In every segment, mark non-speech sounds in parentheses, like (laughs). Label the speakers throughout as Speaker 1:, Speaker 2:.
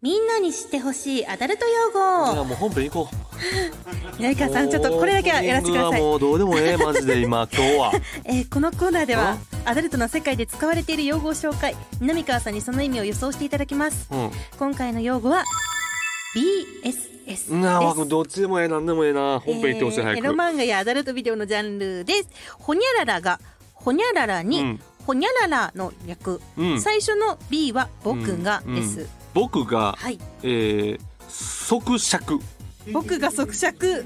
Speaker 1: みんなに知ってほしいアダルト用
Speaker 2: いや
Speaker 1: 語
Speaker 2: もう本編行こう
Speaker 1: 八重川さんちょっとこれだけはやらせてください
Speaker 2: オープニングはもうどうでもええマジで今今
Speaker 1: (laughs)
Speaker 2: 日は
Speaker 1: えーこのコーナーではアダルトの世界で使われている用語を紹介南川さんにその意味を予想していただきます
Speaker 2: う
Speaker 1: 今回の用語は BSS です
Speaker 2: んなあどっちでもええなんでもええな本編行ってほし
Speaker 1: え
Speaker 2: い
Speaker 1: ー
Speaker 2: 早
Speaker 1: エ
Speaker 2: く
Speaker 1: ロ漫画やアダルトビデオのジャンルですほにゃららがほにゃららに、
Speaker 2: うん
Speaker 1: ほにゃららの略、
Speaker 2: うん
Speaker 1: 最初の B は僕が
Speaker 2: うん
Speaker 1: です、
Speaker 2: うん僕が
Speaker 1: はい
Speaker 2: えー即尺
Speaker 1: 僕が即尺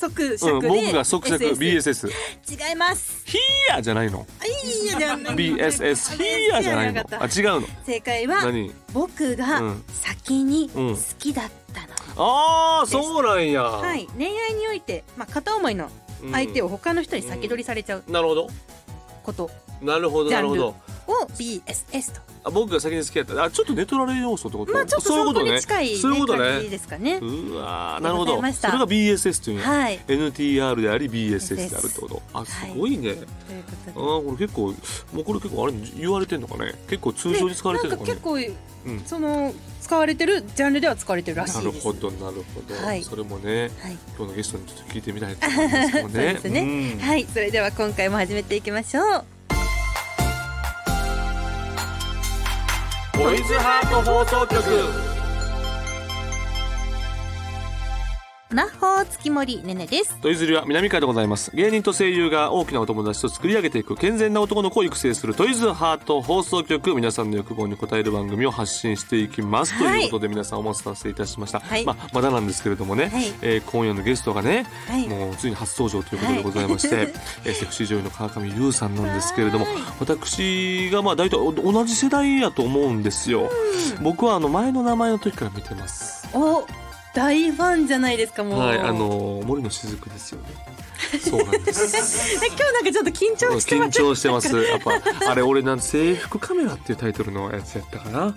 Speaker 1: 即
Speaker 2: う
Speaker 1: 尺
Speaker 2: ん
Speaker 1: で、
Speaker 2: 僕が即尺
Speaker 1: SS
Speaker 2: BSS
Speaker 1: 違います
Speaker 2: ヒーヤじゃないの
Speaker 1: あいいやじゃない
Speaker 2: BSS ヒーヤじゃないの
Speaker 1: ヒーヤじゃなか
Speaker 2: あ
Speaker 1: った
Speaker 2: 違うの
Speaker 1: 正解は
Speaker 2: 何
Speaker 1: 僕が
Speaker 2: うん
Speaker 1: 先に
Speaker 2: うん
Speaker 1: 好きだったの、
Speaker 2: ああそうなんや
Speaker 1: はい恋愛において、まあ、片思いの相手
Speaker 2: を
Speaker 1: を他の人に先取りされちゃう
Speaker 2: なるほど
Speaker 1: こと
Speaker 2: なるほど
Speaker 1: ジ
Speaker 2: な
Speaker 1: ャン
Speaker 2: る
Speaker 1: ル
Speaker 2: ほど
Speaker 1: を BSS と
Speaker 2: あ僕が先に好きやったあちょっとネトラル要素ってこと
Speaker 1: まあちょっと
Speaker 2: そうい
Speaker 1: そ
Speaker 2: うこ
Speaker 1: ことに
Speaker 2: ね
Speaker 1: 近いね
Speaker 2: そういうこと
Speaker 1: 感じ
Speaker 2: ね
Speaker 1: ですかね。
Speaker 2: うわーなるほど
Speaker 1: ありがとうござい
Speaker 2: それ
Speaker 1: ました
Speaker 2: が BSS というの
Speaker 1: はい。
Speaker 2: NTR であり BSS であるってことあす
Speaker 1: はい
Speaker 2: ごいね、
Speaker 1: という
Speaker 2: あ
Speaker 1: こと
Speaker 2: ーこれ結構もうこれ結構あれ言われてんのかね結構通
Speaker 1: で。
Speaker 2: 常に使われてる
Speaker 1: な
Speaker 2: の
Speaker 1: ん
Speaker 2: か
Speaker 1: か
Speaker 2: ね
Speaker 1: 結構、
Speaker 2: ん
Speaker 1: その使われてるジャンルでは使われてるらしい
Speaker 2: な
Speaker 1: です。
Speaker 2: るほどなるほど、
Speaker 1: はい
Speaker 2: それもね
Speaker 1: はい。
Speaker 2: 今日のゲストにちょっと聞いてみたいと思いますも
Speaker 1: そう
Speaker 2: んね
Speaker 1: ですね
Speaker 2: ん
Speaker 1: はい。それでは今回も始めていきましょう。
Speaker 2: ボイズハート放送局
Speaker 1: なっほー月森ねねです。
Speaker 2: トイズリは南海でございます芸人と声優が大きなお友達と作り上げていく健全な男の子を育成するトイズハート放送局皆さんの欲望に応える番組を発信していきます、
Speaker 1: はい
Speaker 2: ということで皆さんお待たせいたしました、
Speaker 1: はい
Speaker 2: まあ、まだなんですけれどもね、
Speaker 1: はい
Speaker 2: えー今夜のゲストがね、
Speaker 1: はい。
Speaker 2: もうついに初登場ということでございまして、
Speaker 1: はい
Speaker 2: えーセクシー女優の川上優さんなんですけれども
Speaker 1: はーい
Speaker 2: 私がまあ大体お同じ世代やと思うんですよ、僕はあの前の名前の時から見てます
Speaker 1: お大ファンじゃないですかもう。
Speaker 2: はいあのー森の雫ですよねそうなんです
Speaker 1: (laughs) え今日なんかちょっと緊張して
Speaker 2: 緊
Speaker 1: ます。
Speaker 2: 張してますやっぱあれ俺なん制服カメラっていうタイトルのやつやったかな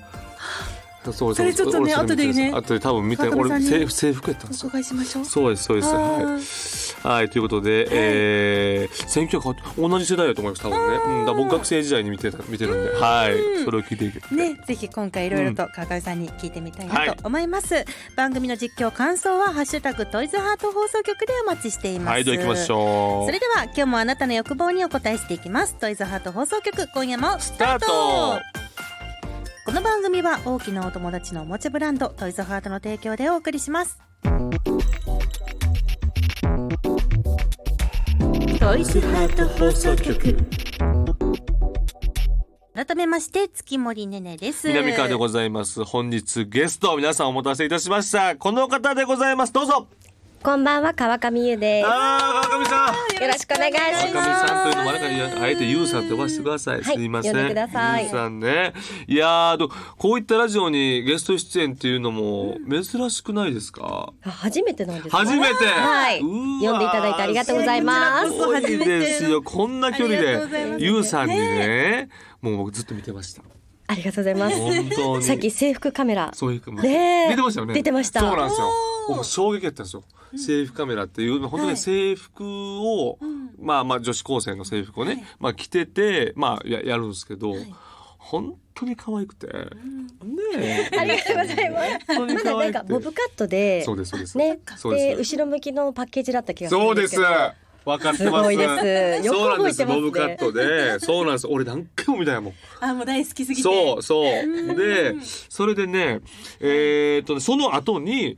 Speaker 2: そう
Speaker 1: それちょっとね
Speaker 2: 俺それ見てる
Speaker 1: 後で
Speaker 2: んす
Speaker 1: ね
Speaker 2: 後で多分見て
Speaker 1: 川上さ
Speaker 2: 俺
Speaker 1: んに
Speaker 2: 制服制服やったんです
Speaker 1: お
Speaker 2: よ
Speaker 1: 伺いしましょう。
Speaker 2: そうですそうです
Speaker 1: あ
Speaker 2: はい
Speaker 1: ー
Speaker 2: はいということで、えー、選挙変わって同じ世代だと思います多分ね、うん、だから僕学生時代に見てた見てるんで、はいそれを聞いていく
Speaker 1: ね、ぜひ今回いろいろと川上さんに聞いてみたい
Speaker 2: は
Speaker 1: ないと思います、番組の実況感想は「ハッシュタグトイズハート放送局」でお待ちしています
Speaker 2: はいでは行きましょ
Speaker 1: それでは今日もあなたの欲望にお答えしていきますトイズハート放送局今夜もス
Speaker 2: う
Speaker 1: タ
Speaker 2: スタ
Speaker 1: ー
Speaker 2: ー
Speaker 1: ト
Speaker 2: ト
Speaker 1: この番組は大きなお友達のおもちゃブランドトイズハートの提供でお送りしますトイズハート放送局改めまして月森ねねです
Speaker 2: 南川でございます本日ゲスト皆さんお待たせいたしましたこの方でございますどうぞ
Speaker 3: こんばんは川上優で
Speaker 2: あー川上さん
Speaker 3: す。よろしくお願い
Speaker 2: 川
Speaker 3: し
Speaker 2: 上
Speaker 3: ます。
Speaker 2: さんというのもあれからあえてゆうさんと呼ばせてください、
Speaker 3: はい
Speaker 2: すいません
Speaker 3: 呼んでください
Speaker 2: ゆうさんねいやーどこういったラジオにゲスト出演っていうのも珍しくないですか、
Speaker 3: あ初めてなんです。
Speaker 2: 初めて、
Speaker 3: はい。
Speaker 2: うわー
Speaker 3: 呼んでいただいてありがとうございますす。
Speaker 2: ごいですよこんな距離
Speaker 1: ありがとうござい
Speaker 2: で
Speaker 1: ます
Speaker 2: ゆうさんにねもう僕ずっと見てました
Speaker 3: ありがとうございます。
Speaker 2: 本当に
Speaker 3: (laughs) さっき制服カメラ。
Speaker 2: そういうかも
Speaker 3: ねえ
Speaker 2: 出てましたよね
Speaker 3: 出てました
Speaker 2: そうなんですよ
Speaker 1: おー
Speaker 2: 僕衝撃やったんですよ制服カメラっていう本当
Speaker 1: は
Speaker 2: に
Speaker 1: い
Speaker 2: 制服を、まあまあ女子高生の制服をね、まあ着ててまあややるんですけど、本当に可愛くて、ねえ
Speaker 3: (laughs) ありがとうございます。
Speaker 2: 本当に
Speaker 3: まだ
Speaker 2: 可
Speaker 3: な
Speaker 2: 愛
Speaker 3: ん
Speaker 2: く
Speaker 3: か
Speaker 2: て
Speaker 3: ボブカットで
Speaker 2: そうですそうです
Speaker 3: ね
Speaker 2: そう
Speaker 3: で
Speaker 2: です
Speaker 3: 後ろ向きのパッケージだった気がする
Speaker 2: そ
Speaker 3: ん
Speaker 2: うです
Speaker 3: けど。
Speaker 2: 分かってます
Speaker 3: すごいですよく
Speaker 2: そうなんです
Speaker 3: 覚えてますね
Speaker 2: ボブカットでそうなんです俺何回も見たんやもん
Speaker 1: あもう大好きすぎて
Speaker 2: そうそう。で、それでね、えーっとね、その後に、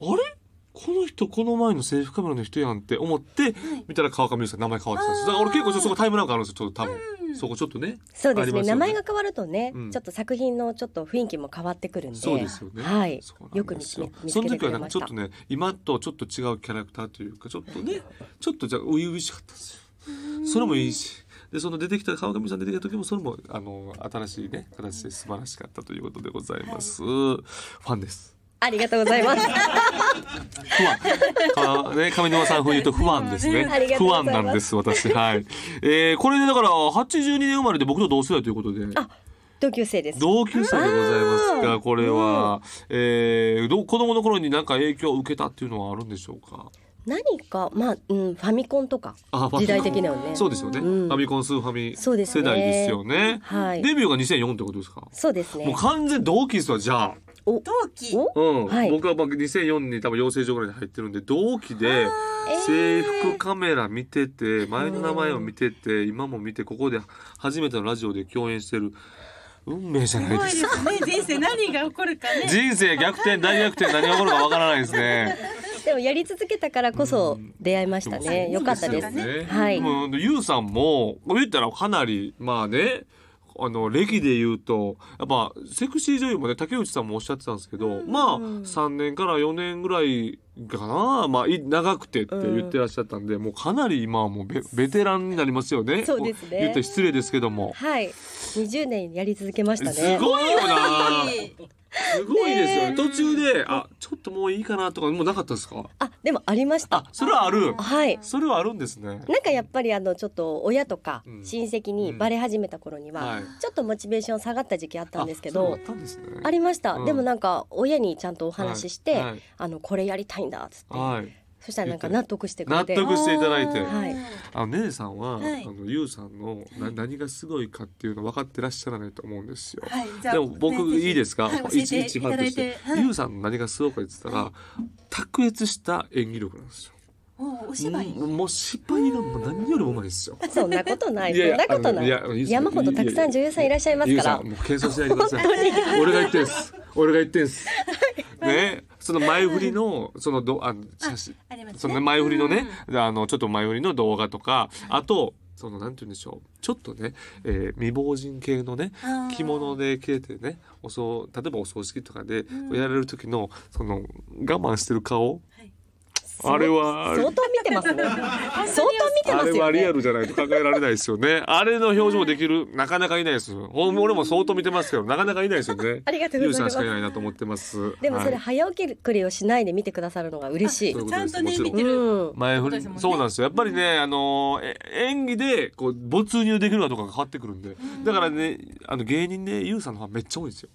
Speaker 2: あれこの人、この前の制服カメラの人やんって思って、見たら川上優さん名前変わってたんです。だから俺結構そこタイムラグあるんですよ、ちょっと多分。そこちょっとね。
Speaker 3: そうで
Speaker 2: あり
Speaker 3: す
Speaker 2: ま
Speaker 3: ね。
Speaker 2: よ
Speaker 3: 名前が変わるとね
Speaker 2: うん、
Speaker 3: ちょっと作品のちょっと雰囲気も変わってくるんで。
Speaker 2: そうですよね。
Speaker 3: はい
Speaker 2: そう。な
Speaker 3: よ
Speaker 2: ん
Speaker 3: く
Speaker 2: で
Speaker 3: 見
Speaker 2: すよ
Speaker 3: 見
Speaker 2: そ
Speaker 3: つ
Speaker 2: の
Speaker 3: けて
Speaker 2: 時
Speaker 3: く
Speaker 2: は
Speaker 3: れ
Speaker 2: なんか
Speaker 3: ま
Speaker 2: ち
Speaker 3: し
Speaker 2: ょったと。ね、今とちょっと違うキャラクターというか、ちょっとね、ちょっとじゃあ初々しかったですよ。それもいいし。でその出てきた川上さん出てきた時もそれもあの新しいね形で素晴らしかったということでございます、ファンです
Speaker 3: ありがとうござ
Speaker 2: (laughs)
Speaker 3: います。
Speaker 2: 不安。かね、上沼さん風に言うと不安ですね
Speaker 3: あり。がとう
Speaker 2: 不
Speaker 3: ござ
Speaker 2: 安
Speaker 3: います
Speaker 2: なんです、私。はい。えー、これでだから、82年生まれで僕と同世代ということで。
Speaker 3: 同級生です。
Speaker 2: 同級生でございます
Speaker 3: う
Speaker 2: が、
Speaker 3: ん
Speaker 2: これは、えー、ど子供の頃になんか影響を受けたっていうのはあるんでしょうか
Speaker 3: 何かまあうんファミコンとか
Speaker 2: あファミコン
Speaker 3: 時代的にはね。
Speaker 2: そうですよね。
Speaker 3: うん
Speaker 2: ファミコンスーファミ
Speaker 3: そうですね
Speaker 2: 世代ですよね。
Speaker 3: はい
Speaker 2: デビューが2004ってことですか
Speaker 3: そうですね
Speaker 2: もう。完全同期ですわ、じゃあ。
Speaker 3: お
Speaker 4: 同期
Speaker 3: お
Speaker 2: うん
Speaker 3: はい
Speaker 2: 僕はまあ2004年に多分養成所ぐらいに入ってるんで同期で制服カメラ見てて前の名前を見てて今も見てここで初めてのラジオで共演してる運命じゃ
Speaker 4: す
Speaker 2: な
Speaker 4: ご
Speaker 2: い
Speaker 4: い
Speaker 2: で
Speaker 4: です
Speaker 2: か。
Speaker 4: すね人生何が起こる
Speaker 2: (laughs)
Speaker 4: かね
Speaker 2: 人生逆転大逆転何が起こるかわからないですね。
Speaker 3: でもやり続けたからこそ出会いましたね。
Speaker 2: うん
Speaker 3: よかったです。
Speaker 4: そうです
Speaker 2: ね
Speaker 3: はい
Speaker 2: もうゆうさんも言ったらかなりまあねあの歴で言うとやっぱセクシー女優もね竹内さんもおっしゃってたんですけど、まあ3年から4年ぐらいかなまあい長くてって言ってらっしゃったんで、もうかなり今はもうベベテランになりますよね。
Speaker 3: そうですね
Speaker 2: 言ったら失礼ですけども。
Speaker 3: はい、20年やり続けましたね。
Speaker 2: すごいよな。
Speaker 4: い
Speaker 2: すごいですよね。
Speaker 4: ね
Speaker 2: 途中であちょっともういいかなとかもうなかったですか。
Speaker 3: あ、でもありました
Speaker 2: あ。それはある。
Speaker 3: はい。
Speaker 2: それはあるんですね。
Speaker 3: なんかやっぱりあのちょっと親とか
Speaker 2: うん
Speaker 3: 親戚にバレ始めた頃には、
Speaker 2: はい
Speaker 3: ちょっとモチベーション下がった時期あったんですけ
Speaker 2: あそう
Speaker 3: ど
Speaker 2: だっ。たんですね
Speaker 3: ありました、
Speaker 2: うん
Speaker 3: でもなんか親にちゃんとお話しして、
Speaker 2: はいはい
Speaker 3: あのこれやりたいんだっつって、
Speaker 2: はい。
Speaker 3: そしたらなんか納得してくれて
Speaker 2: 納得していただいて
Speaker 3: はい
Speaker 2: あのねねさんは、
Speaker 4: はい
Speaker 2: あのゆうさんのな何がすごいかっていうの分かってらっしゃらないと思うんですよ。
Speaker 4: はいじゃあ
Speaker 2: でも僕いいですか、
Speaker 4: はい教
Speaker 2: い
Speaker 4: え
Speaker 2: ちい
Speaker 4: て
Speaker 2: ち
Speaker 4: い
Speaker 2: ファン
Speaker 4: ただ
Speaker 2: と
Speaker 4: い
Speaker 2: して
Speaker 4: て、はい
Speaker 2: ゆうさんの何がすごいかって言ったら、卓越した演技力なんですよ。
Speaker 4: おお芝居
Speaker 2: うんもう芝居がもう何よりもうまいですよ。
Speaker 3: そんなことない
Speaker 2: いやい
Speaker 3: そ
Speaker 2: や
Speaker 3: んなことない
Speaker 2: いやいやいいですよ
Speaker 3: 山ほどたくさん女優さんいらっしゃいま
Speaker 2: ゆ
Speaker 3: す
Speaker 2: う
Speaker 3: か
Speaker 2: さ
Speaker 3: ら
Speaker 2: んもう謙遜しないでくだ
Speaker 3: (laughs)
Speaker 2: さい。俺が言ってんす。俺が言ってんす。ね、その前振りのそのどあの写真
Speaker 4: ありますね
Speaker 2: その前振りのね、あのちょっと前振りの動画とか、あとそのなんて言うんでしょう、ちょっとね、えー未亡人系のね
Speaker 4: あー
Speaker 2: 着物で着れてね、おそう例えばお葬式とかでやられる時のその我慢してる顔、あれは
Speaker 3: 相当見てますね相当見て
Speaker 2: あ
Speaker 3: ますよ、
Speaker 2: れ
Speaker 3: ね、
Speaker 2: はリアルじゃないと考えられないですよ
Speaker 3: (laughs)
Speaker 2: ね。あれの表情できる、なかなかいないです。ほん俺も相当見てますけど、なかなかいないですよね。
Speaker 3: (laughs) ありがとうござい
Speaker 2: ゆ
Speaker 3: ます
Speaker 2: うさんしかいないなと思ってます。
Speaker 3: でもそれ
Speaker 2: はい
Speaker 3: 早起きりをしないで見てくださるのが嬉しい。
Speaker 2: そういうこ
Speaker 4: ちゃ
Speaker 2: とで
Speaker 4: ん
Speaker 2: す
Speaker 4: と
Speaker 2: も
Speaker 4: ね
Speaker 2: ちろん
Speaker 4: 見
Speaker 3: う
Speaker 4: てる
Speaker 3: ん、
Speaker 2: 前振
Speaker 4: そうで
Speaker 2: り、
Speaker 4: すもんね
Speaker 2: そうなんですよ。やっぱりね、あのー、え演技で、こう、没入できるかどうかが変わってくるんで。だからね、あの、芸人で、ゆうさんのファンめっちゃ多いんですよ。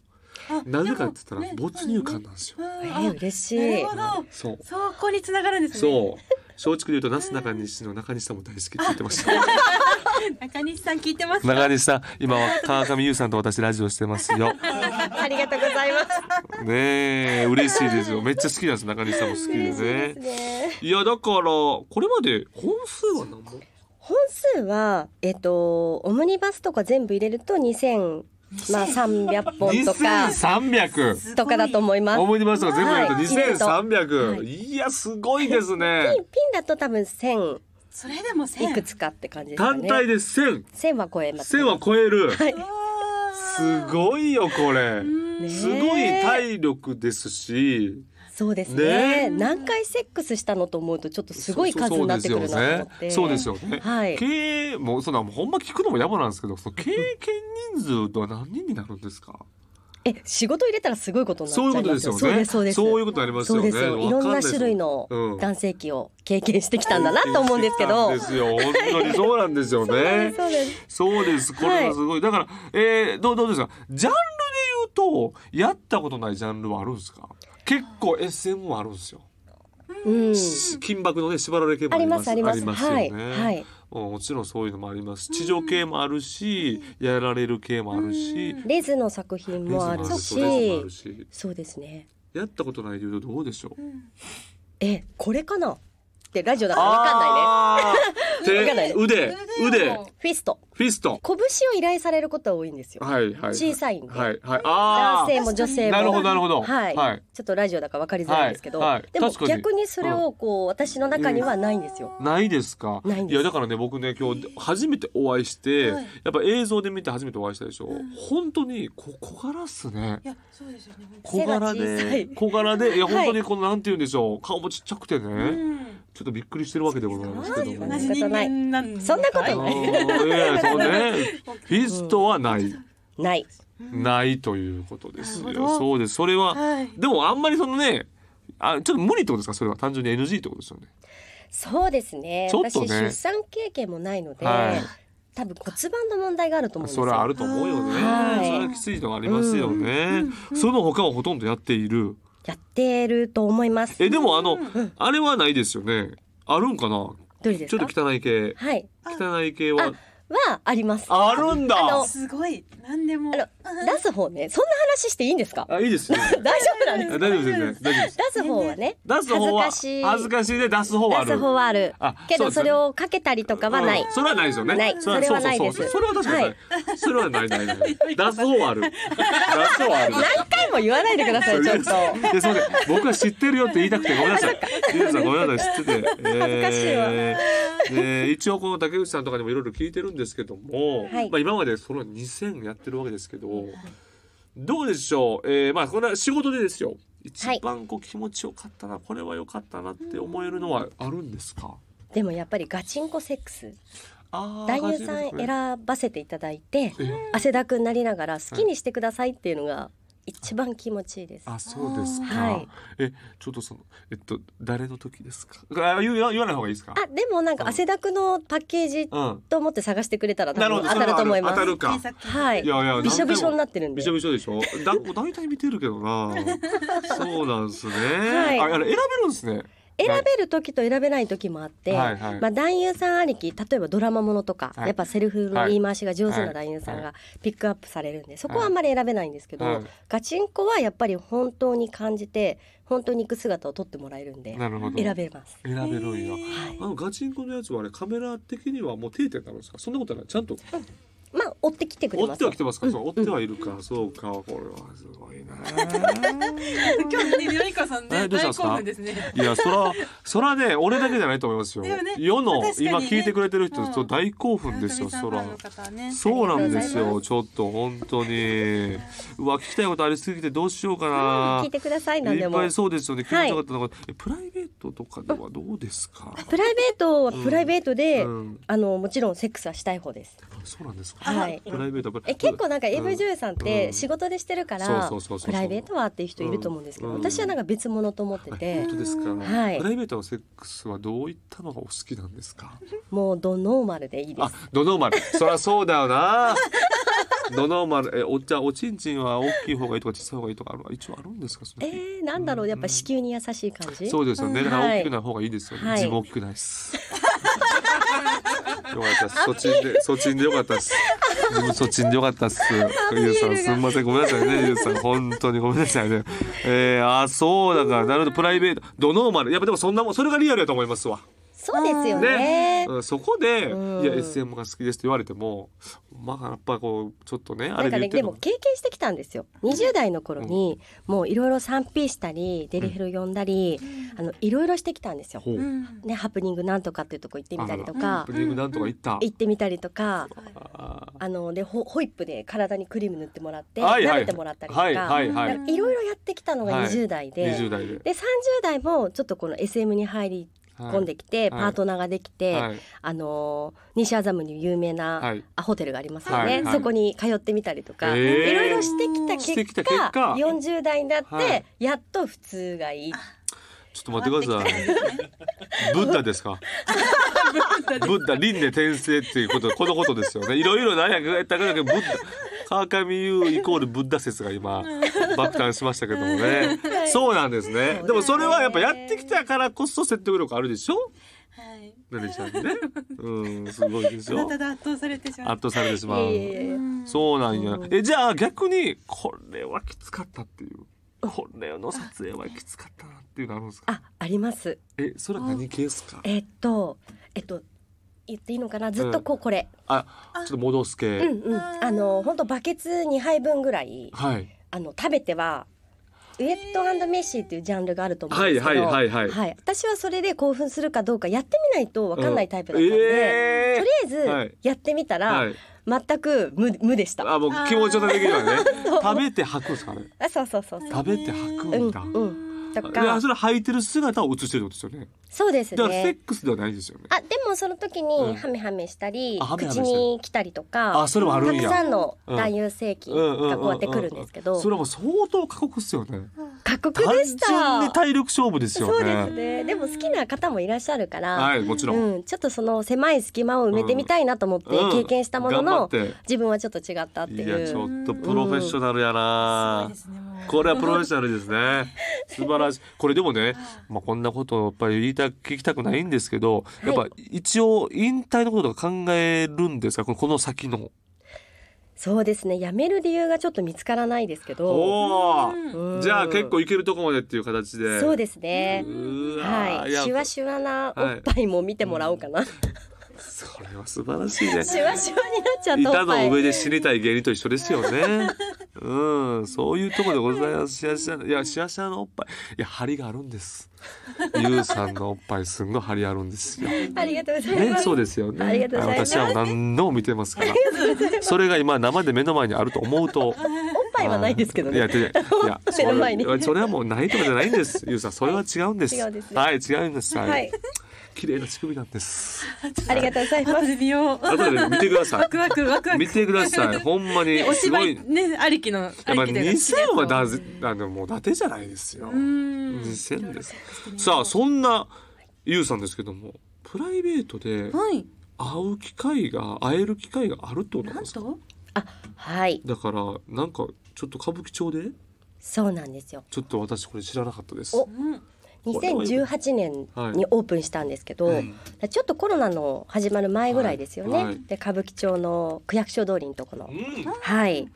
Speaker 4: あ
Speaker 2: なぜかって言ったら
Speaker 4: で、もね
Speaker 2: 没入感なんですよ
Speaker 4: う。ん
Speaker 3: え
Speaker 4: あ
Speaker 3: ー、嬉し
Speaker 4: ないる。ほど
Speaker 3: (laughs)
Speaker 2: そう。
Speaker 4: そこに繋がるんですね
Speaker 2: そう。松竹で言うと、なすなかにしの中西さんも大好きって言ってました。
Speaker 4: 中西さん聞いてま
Speaker 2: (laughs)
Speaker 4: す
Speaker 2: 中西さん、今は川上優さんと私ラジオしてますよ。
Speaker 3: ありがとうございます。
Speaker 2: ねえ、嬉しいですよ。めっちゃ好きなんです。中西さんも好き
Speaker 3: 嬉しい
Speaker 2: で
Speaker 3: で
Speaker 2: ね。
Speaker 3: すね。
Speaker 2: いや、だから、これまで本数は何本。
Speaker 3: 本数はえっ、とオムニバスとか全部入れると2000まあ300本とか
Speaker 2: 二千三百。
Speaker 3: とかだと思います。
Speaker 2: 思い出したが全部やると
Speaker 3: はい
Speaker 2: 二千三
Speaker 3: は
Speaker 2: 百。
Speaker 3: い
Speaker 2: いや、すごいですね
Speaker 3: (laughs) ピン。ピンだと多分1000
Speaker 4: それでも千
Speaker 3: いくつかって感じですか
Speaker 2: 単
Speaker 3: ね。
Speaker 2: 体で千。
Speaker 3: 1000は超えます。
Speaker 2: 千は超える。
Speaker 3: はい。
Speaker 2: すごいよ、これ。
Speaker 3: ね
Speaker 2: すごい体力ですし。
Speaker 3: そうです
Speaker 2: ね
Speaker 3: ね何回セックスしたのと思うとちょっとすごい数になってくるなと思って
Speaker 2: そうですよね。そうですよね
Speaker 3: はい
Speaker 2: 経営もうそんなもうほんま聞くのも野暮なんですけど、その経験人数とは何人になるんですか。
Speaker 3: え仕事入れたらすごいことになっち
Speaker 2: そ
Speaker 3: ゃ
Speaker 2: う
Speaker 3: い
Speaker 2: いう
Speaker 3: ま
Speaker 2: ことで
Speaker 3: す
Speaker 2: すよね。
Speaker 3: そうですそうです
Speaker 2: そういうことになります
Speaker 3: そ
Speaker 2: よ
Speaker 3: う
Speaker 2: ね。
Speaker 3: ですよい
Speaker 2: わ
Speaker 3: ろ
Speaker 2: か
Speaker 3: ん
Speaker 2: で
Speaker 3: な
Speaker 2: す
Speaker 3: 種類の
Speaker 2: うん
Speaker 3: 男性器を経験してきたんだなと思うんですけど、
Speaker 2: (laughs) そうですよ。本当にそうなんですよ
Speaker 3: そうで
Speaker 2: ね
Speaker 3: す。そうです
Speaker 2: そうです。これはすごい。だから、えー、どうどうですか。ジャンルで言うとやったことないジャンルはあるんですか。結構 SM はあるんですよ。
Speaker 3: うん
Speaker 2: 金箔のね縛られ系も
Speaker 3: あ
Speaker 2: あ
Speaker 3: り
Speaker 2: り
Speaker 3: ま
Speaker 2: ますす
Speaker 3: あります
Speaker 2: よ
Speaker 3: はい
Speaker 2: ね
Speaker 3: はい
Speaker 2: うんもちろんそういうのもあります地上系もあるし、やられる系もあるし、
Speaker 3: レズの作品もある
Speaker 2: レズもあるレズもあ
Speaker 3: し
Speaker 2: るし
Speaker 3: そうですね
Speaker 2: やったことないで言うとどうでしょう、
Speaker 3: えこれかなってラジオだからわかんないね
Speaker 2: あ
Speaker 3: (laughs)
Speaker 2: ー
Speaker 3: わかんないね
Speaker 2: 手腕腕
Speaker 3: フィスト
Speaker 2: フィスト
Speaker 3: 拳を依頼されることは多いんですよ
Speaker 2: はいはい
Speaker 3: 小さいんで
Speaker 2: はいはいあ
Speaker 3: 男
Speaker 2: ー
Speaker 3: 性も女性も
Speaker 2: なるほどなるほど
Speaker 3: はい、
Speaker 2: はい
Speaker 3: ちょっとラジオだから分かりづらいですけど、
Speaker 2: はいはい
Speaker 3: でも
Speaker 2: 確かに
Speaker 3: 逆にそれをこう、私の中にはないんですよ、
Speaker 2: ないですか
Speaker 3: ないんです
Speaker 2: やだからね僕ね今日初めてお会いして、
Speaker 4: はい
Speaker 2: やっぱ映像で見て初めてお会いしたでしょ、本当にこ小柄っすね
Speaker 4: いやそうですよね
Speaker 2: 小柄
Speaker 3: 背が小さい
Speaker 2: で小柄でいや
Speaker 3: はい
Speaker 2: 本当にこのなんて言うんでしょう顔もちっちゃくてね
Speaker 4: ん
Speaker 2: ちょっとびっくりしてるわけでございますけども
Speaker 3: 同
Speaker 4: 同
Speaker 3: じ
Speaker 4: じ
Speaker 3: 人
Speaker 4: 人
Speaker 3: 間
Speaker 4: 間なん
Speaker 3: そんなこと
Speaker 2: あ
Speaker 3: ない、
Speaker 2: ーいやいや
Speaker 3: (laughs)
Speaker 2: そうねフィストはない
Speaker 3: ない
Speaker 2: ないということです
Speaker 4: な
Speaker 2: よ
Speaker 4: るほど
Speaker 2: そうですそれは
Speaker 4: はい
Speaker 2: でもあんまりそのねあちょっと無理ってことですかそれは単純に NG ってことですよね
Speaker 3: そうですね
Speaker 2: ちょっとね
Speaker 3: 私出産経験もないので、
Speaker 2: はい
Speaker 3: 多分骨盤の問題があると思うんです
Speaker 2: そ
Speaker 3: よ
Speaker 2: れはあると思うよねそれ
Speaker 3: はい
Speaker 2: はきついのはありますよねその他はほとんどやっている
Speaker 3: やってると思います
Speaker 2: えでもあのあれはないですよねあるんかな
Speaker 3: どれです
Speaker 2: ちょ
Speaker 3: か
Speaker 2: っと汚い系
Speaker 3: はい
Speaker 2: 汚い系は
Speaker 3: あはあります。
Speaker 2: あるんだ
Speaker 3: あの
Speaker 4: すごい何でも
Speaker 3: あの出す方ね、そんな話していいんですか。
Speaker 2: あいいですよ
Speaker 3: (laughs) 大丈夫なんです
Speaker 2: あ
Speaker 3: か。
Speaker 2: 大丈夫です全然大丈夫です
Speaker 3: 出す方はね、
Speaker 2: 出す方は
Speaker 3: 恥ずかしい
Speaker 2: 恥ずかしいで出す方はあ
Speaker 3: 出
Speaker 2: る
Speaker 3: す方はある
Speaker 2: あ。
Speaker 3: け
Speaker 2: そう
Speaker 3: ど
Speaker 2: ですよ
Speaker 3: そ
Speaker 2: ね
Speaker 3: れをかけたりとかはない。
Speaker 2: うんそれはないですよね。
Speaker 3: ない
Speaker 2: は
Speaker 3: それはないです
Speaker 2: そうそうそうそれは確かにない。それはないない
Speaker 3: (laughs)
Speaker 2: ない。出す方はある。出す方はある。
Speaker 3: 何回も言わないでください。ちょっと。
Speaker 2: で、すみません。僕は知ってるよって言いたくて、ごめんなさ
Speaker 3: (laughs)
Speaker 2: い。ゆうさん、ごめんなさい。知ってて。恥
Speaker 3: ずかしいわ
Speaker 2: えー一応、この竹内さんとかにもいろいろ聞いてるんですけども、
Speaker 3: はい
Speaker 2: まあ、今までその2000やってるわけですけど。どうでしょう。えーまあ、これは仕事でですよ。一番こう気持ちよかったな、これは良かったなって思えるのはあるんですか。
Speaker 3: でもやっぱりガチンコセックス。
Speaker 2: あー
Speaker 3: 男優さん
Speaker 2: え
Speaker 3: 選ばせていただいて、
Speaker 2: え
Speaker 3: 汗だくになりながら好きにしてくださいっていうのが一番気持ちいいです。
Speaker 2: あ、そうですか。
Speaker 3: はい
Speaker 2: え、ちょっとその、えっと、誰の時ですか。あ、言う、言わ言わない方がいいですか。
Speaker 3: あ、でもなんか汗だくのパッケージ
Speaker 2: うん。
Speaker 3: と思って探してくれたら多
Speaker 2: なるほ
Speaker 3: 分
Speaker 2: ど。
Speaker 3: 当
Speaker 2: それ
Speaker 3: たる
Speaker 2: は
Speaker 3: と思い
Speaker 2: ある
Speaker 3: ま
Speaker 2: 当たる
Speaker 3: す。
Speaker 2: か。
Speaker 4: 検索
Speaker 3: はい
Speaker 2: い。やいや、
Speaker 3: びしょびしょになってるんで
Speaker 2: びしょびしょでしょ。だ、大体見てるけど
Speaker 3: (laughs)
Speaker 2: な。そうなんですね。
Speaker 3: はい
Speaker 2: あ、あれ選べるんですね。
Speaker 3: 選べる時と選べない時もあって、
Speaker 2: はいはい
Speaker 3: まあ、男優さんありき例えばドラマものとか、
Speaker 2: はい
Speaker 3: やっぱセルフの言い回しが上手
Speaker 2: は
Speaker 3: ない男優さん
Speaker 2: は
Speaker 3: がピックアップされるんでそこはあんまり選べないんですけど、
Speaker 2: はい
Speaker 3: ガチンコはやっぱり本当に感じて本当に行く姿を撮ってもらえるんで
Speaker 2: なるほど。
Speaker 3: 選べます。
Speaker 2: 選べるんや。
Speaker 3: はい
Speaker 2: あのガチンコのやつはあれカメラ的にはもう定点になるんですかそんなことないちゃんと
Speaker 3: まあ追ってきてくれ
Speaker 2: 追
Speaker 3: ま
Speaker 2: っ
Speaker 3: す
Speaker 2: て
Speaker 3: よ
Speaker 2: はきてますか、そう追ってはいるか、そうかこれはすごいな
Speaker 4: 今日ね、よりかさん
Speaker 2: え
Speaker 4: ね、
Speaker 2: どうしたんで
Speaker 4: 大
Speaker 2: すか
Speaker 4: 興奮ですね。
Speaker 2: いやそらそらね俺だけじゃないと思いますよ、
Speaker 4: だよね
Speaker 2: 世の
Speaker 4: 確かにね
Speaker 2: 今聞いてくれてる人、
Speaker 4: うん
Speaker 2: そう大興奮ですよそら。そ
Speaker 4: そう
Speaker 2: なんです
Speaker 3: ありがとうござい
Speaker 2: よ。
Speaker 3: ま
Speaker 2: ちょっと本当に。うわ、聞きたいことありすぎてどうしようか
Speaker 3: うん
Speaker 2: な
Speaker 3: 聞い。てください何
Speaker 2: い
Speaker 3: で
Speaker 2: っ
Speaker 3: も
Speaker 2: ぱいそうですよね。気持ちよかったのが、えプライベートとかではどうですか。
Speaker 3: プライベートはプライベートで、
Speaker 2: うん
Speaker 3: あのもちろんセックスはしたい方です。
Speaker 2: そうなんですか。
Speaker 3: はい
Speaker 2: プライベートは。
Speaker 3: え結構なんか AV 女優さんっ
Speaker 2: う
Speaker 3: て
Speaker 2: ん
Speaker 3: 仕事でしてるか
Speaker 2: そう
Speaker 3: ら
Speaker 2: そうそうそう
Speaker 3: プライベートはっていう人いると思うんですけど
Speaker 2: うん
Speaker 3: 私はなんか別物と思って
Speaker 2: え
Speaker 3: て
Speaker 2: 本当ですか。
Speaker 3: はい
Speaker 2: プライベートのセックスはどういったのがお好きなんですか。
Speaker 3: もうドノーマルでいいで
Speaker 2: あ
Speaker 3: す。、
Speaker 2: ドノーマル。そりゃそうだよ
Speaker 3: (laughs)
Speaker 2: な。ドノーマル、え、お茶、おちんちんは大きい方がいいとか、小さい方がいいとかある、一応あるんですか。その
Speaker 3: えー、なんだろうやっぱ子宮に優しい感じ
Speaker 2: そうですよね。
Speaker 3: うん
Speaker 2: だから
Speaker 3: はい
Speaker 2: 大きくない方がいいですよね。
Speaker 3: はい
Speaker 2: 自分大きくないです。 (laughs) よかったです。そっちんで、そっちんでよかったです。自分そっちんでよかったです。ゆうさん、すみません、ごめんなさいね、ゆうさん、本当にごめんなさいね。えー、あ、そうだから、なるほど、プライベート、ドノーマル、やっぱでも、そんなもん、それがリアルやと思いますわ。
Speaker 3: そうですよ
Speaker 2: ね
Speaker 3: ね、
Speaker 2: うんそこで、
Speaker 3: うん
Speaker 2: いや、S. M. が好きですって言われても。まあ、やっぱ、こう、ちょっとね、あ
Speaker 3: な
Speaker 2: れ
Speaker 3: ん
Speaker 2: で
Speaker 3: か
Speaker 2: 言
Speaker 3: ね
Speaker 2: って
Speaker 3: で
Speaker 2: も
Speaker 3: も。経験してきたんですよ20代の頃にもういろいろ 3P したりデリヘル呼んだりあのいろいろしてきたんですよ
Speaker 2: ほう、
Speaker 3: ねハプニングなんとかっていうとこ行ってみたりと
Speaker 2: ハ
Speaker 3: か
Speaker 2: プニングなんとか言った。
Speaker 3: 行ってみたりとか
Speaker 2: あー
Speaker 3: あのでホホイップで体にクリーム塗ってもらって
Speaker 2: は
Speaker 3: 舐
Speaker 2: いはい
Speaker 3: めてもらったりとか、
Speaker 2: はいはいはい
Speaker 3: なんかいろいろやってきたの
Speaker 2: はい
Speaker 3: が20代で、
Speaker 2: 20代で。
Speaker 3: で30代もちょっとこの SM に入り
Speaker 2: はい
Speaker 3: 込んできて、
Speaker 2: はい
Speaker 3: パートナーができて、
Speaker 2: はい
Speaker 3: あのー西麻布に有名
Speaker 2: は
Speaker 3: ないホテルがありますよね、
Speaker 2: はいはい
Speaker 3: そこに通ってみたりとか、
Speaker 2: へー
Speaker 3: いろいろしてきた結
Speaker 2: して
Speaker 3: 果
Speaker 2: きた結果
Speaker 3: 40代になって、
Speaker 2: はい
Speaker 3: やっと普通がいい
Speaker 2: ちょっと待ってください。ブッダですか。ブッダ、輪廻転生っていうこと、このことですよね。いろいろ何やかやったかだけど、ブッダ。川上優イコールブッダ説が (laughs) 今爆誕しましたけどもね。そうなんですね。でもそれはやっぱやってきたからこそ説得力あるでしょ。
Speaker 4: はい。
Speaker 2: なでちゃんね。うん、すごいです
Speaker 4: あな
Speaker 2: よ
Speaker 4: た。だ圧倒されてしまう。
Speaker 2: 圧倒されてし
Speaker 3: い
Speaker 2: ま
Speaker 3: や
Speaker 2: う。
Speaker 3: いやいや
Speaker 2: そうなんや。え、じゃあ逆に、これはきつかったっていう。これの撮影はきつかったなっていうのあるんですか。
Speaker 3: ああります
Speaker 2: え、それは何系ですか。
Speaker 3: えっとえっと言っていいのかなずっとこうこれ、
Speaker 2: あ、ちょっと戻す系。
Speaker 3: うんうん、あの本当バケツ2杯分ぐらい
Speaker 2: はい。
Speaker 3: あの食べてはウェットメッシーっていうジャンルがあると思うんですけど、
Speaker 2: はいはいはいはい
Speaker 3: 私はそれで興奮するかどうかやってみないと分かんないタイプだったんで、
Speaker 2: うんえー
Speaker 3: とりあ
Speaker 2: は
Speaker 3: え
Speaker 2: い
Speaker 3: ずやってみたら、
Speaker 2: はい。
Speaker 3: 全く無無でした。
Speaker 2: あ、もう気持ちよさ的に
Speaker 3: (laughs)
Speaker 2: はね。食べて吐くんですかね。
Speaker 3: あそうそうそうそう。
Speaker 2: 食べて吐くんだ。
Speaker 3: うんうん。と
Speaker 2: い
Speaker 3: か
Speaker 2: や、それ吐いてる姿を映してるってことですよね。
Speaker 3: そうです
Speaker 2: だからセ
Speaker 3: ね
Speaker 2: ッ。クスではないですよね。
Speaker 3: あでもその時
Speaker 2: うん
Speaker 3: にハメハメしたり、
Speaker 2: あハメハメした
Speaker 3: 口
Speaker 2: り
Speaker 3: に来たりとか
Speaker 2: あそれもあるんや
Speaker 3: たくさんの男優性器がこうやってくるんですけど、
Speaker 2: それはもう相当過酷っすよね。
Speaker 3: 過酷
Speaker 2: 単
Speaker 3: でした。
Speaker 2: 純に体力勝負です
Speaker 3: そ
Speaker 2: よ
Speaker 3: うです
Speaker 2: ね。
Speaker 3: ね。でも好きな方もいらっしゃるから、
Speaker 2: はい、もちろん。
Speaker 3: うん、ちょっとその狭い隙間を埋めてみたいなと思って
Speaker 2: うん
Speaker 3: 経験したもの
Speaker 2: 頑張
Speaker 3: の、
Speaker 2: って
Speaker 3: 自分はちょっと違ったって
Speaker 2: いや
Speaker 3: い
Speaker 2: ち
Speaker 3: う
Speaker 2: ょっとプロフェッショナルやな、
Speaker 4: すごいですねもう
Speaker 2: これはプロフェッショナルですね素晴らしいこれでもね、まあ、こんなことをやっぱり言いた聞きたくないんですけど、やっぱ一応引退のこととか考えるんですかこのこの先の。
Speaker 3: そうですね辞める理由がちょっと見つからないですけど
Speaker 2: おお、
Speaker 4: うん
Speaker 3: うん
Speaker 2: じゃあ結構いけるとこまでっていう形で。
Speaker 3: そう
Speaker 2: で
Speaker 3: ですねはいシュワシュワなおっぱいも見てもらおうかな、
Speaker 2: それは素晴らしいね。
Speaker 3: シュワシュワになっちゃったお
Speaker 2: 板
Speaker 3: っぱ
Speaker 2: の
Speaker 3: い
Speaker 2: 上で死にたい芸人と一緒ですよ (laughs) ね。うん、そういうところでございます。シアシアの、いや、シアシアのおっぱい、いや、張りがあるんです。ゆうさんのおっぱい、すんごい張りあるんですよ。
Speaker 3: ありがとうござい
Speaker 2: ね
Speaker 3: ま、す
Speaker 2: そうですよね。
Speaker 3: ありがとうございます
Speaker 2: あの私はもう何度も見てますから。それが今生で目の前にあると思うと。
Speaker 3: おっぱいはないですけど
Speaker 2: いや、
Speaker 3: ね
Speaker 2: いやいや、そ
Speaker 3: (laughs) 目の前に
Speaker 2: れそれはもうないとかじゃないんです。ゆうさん、それは違うんです。
Speaker 3: 違うんですね
Speaker 2: はい、違うんです。
Speaker 3: は
Speaker 2: はいい。綺麗な乳首なんです。
Speaker 3: ありがとうございま
Speaker 4: 後
Speaker 3: す
Speaker 4: で見よう。ワ
Speaker 2: 後で見てくださ
Speaker 3: (laughs)
Speaker 4: クワクワクワ
Speaker 2: い。見
Speaker 4: ク。
Speaker 2: てください。ほんまに
Speaker 1: お
Speaker 2: す
Speaker 1: 芝
Speaker 2: ごい。
Speaker 1: 居ねありきの
Speaker 2: やっぱ
Speaker 1: ありきというか
Speaker 2: 2000はだぜあのもう伊達じゃないですよ。
Speaker 4: うん。
Speaker 2: 2000です。さあそんなゆうさんですけども、プライベートで
Speaker 1: はい
Speaker 2: 会う機会が会える機会があるってことなん
Speaker 4: なん
Speaker 2: ですか。
Speaker 4: と
Speaker 3: はい
Speaker 2: だからなんかちょっと歌舞伎町で
Speaker 3: そうなんですよ
Speaker 2: ちょっと私これ知らなかったです。
Speaker 3: お
Speaker 4: うん。
Speaker 3: 2018年にオープンしたんですけど、
Speaker 2: うん
Speaker 3: ちょっとコロナの始まる前ぐらいですよね、
Speaker 2: はいはい
Speaker 3: で歌舞伎町の区役所通りのところ
Speaker 2: う
Speaker 3: の、
Speaker 2: ん。
Speaker 3: はい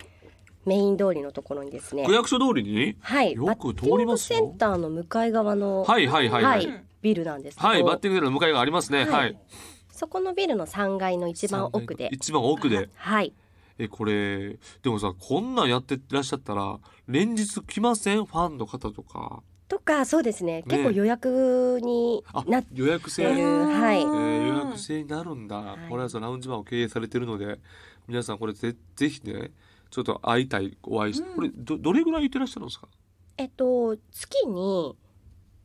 Speaker 3: メイン通りのところにですね
Speaker 2: 区役所通りに。
Speaker 3: はい
Speaker 2: よ
Speaker 3: バ
Speaker 2: く
Speaker 3: ッ
Speaker 2: 通
Speaker 3: ティ
Speaker 2: り
Speaker 3: ング
Speaker 2: ます
Speaker 3: セ
Speaker 2: よ
Speaker 3: ンターの向かい側の、
Speaker 2: はいはいはいはい。
Speaker 3: はいビルなんですけど、
Speaker 2: はい、バッティングセンターの向かいがありますね。は
Speaker 3: はいい。そこのビルの3階の一番奥で
Speaker 2: 一番奥で。
Speaker 3: はい
Speaker 2: えこれでもさこんなんやってらっしゃったら連日来ませんファンの方とか
Speaker 3: とかそうですね
Speaker 2: ね
Speaker 3: 結構予約に
Speaker 2: あ
Speaker 3: なっ
Speaker 2: 予約制、
Speaker 3: てる、はい
Speaker 2: え
Speaker 4: あ
Speaker 2: ー
Speaker 4: ー
Speaker 2: 予約制になるんだ、
Speaker 3: はい
Speaker 2: これはそのラウンジバーを経営されてるので皆さんこれぜぜひねちょっと会いたいお会いして、
Speaker 4: うん
Speaker 2: これどどれぐらいいてらっしゃるんですか
Speaker 3: えっと月に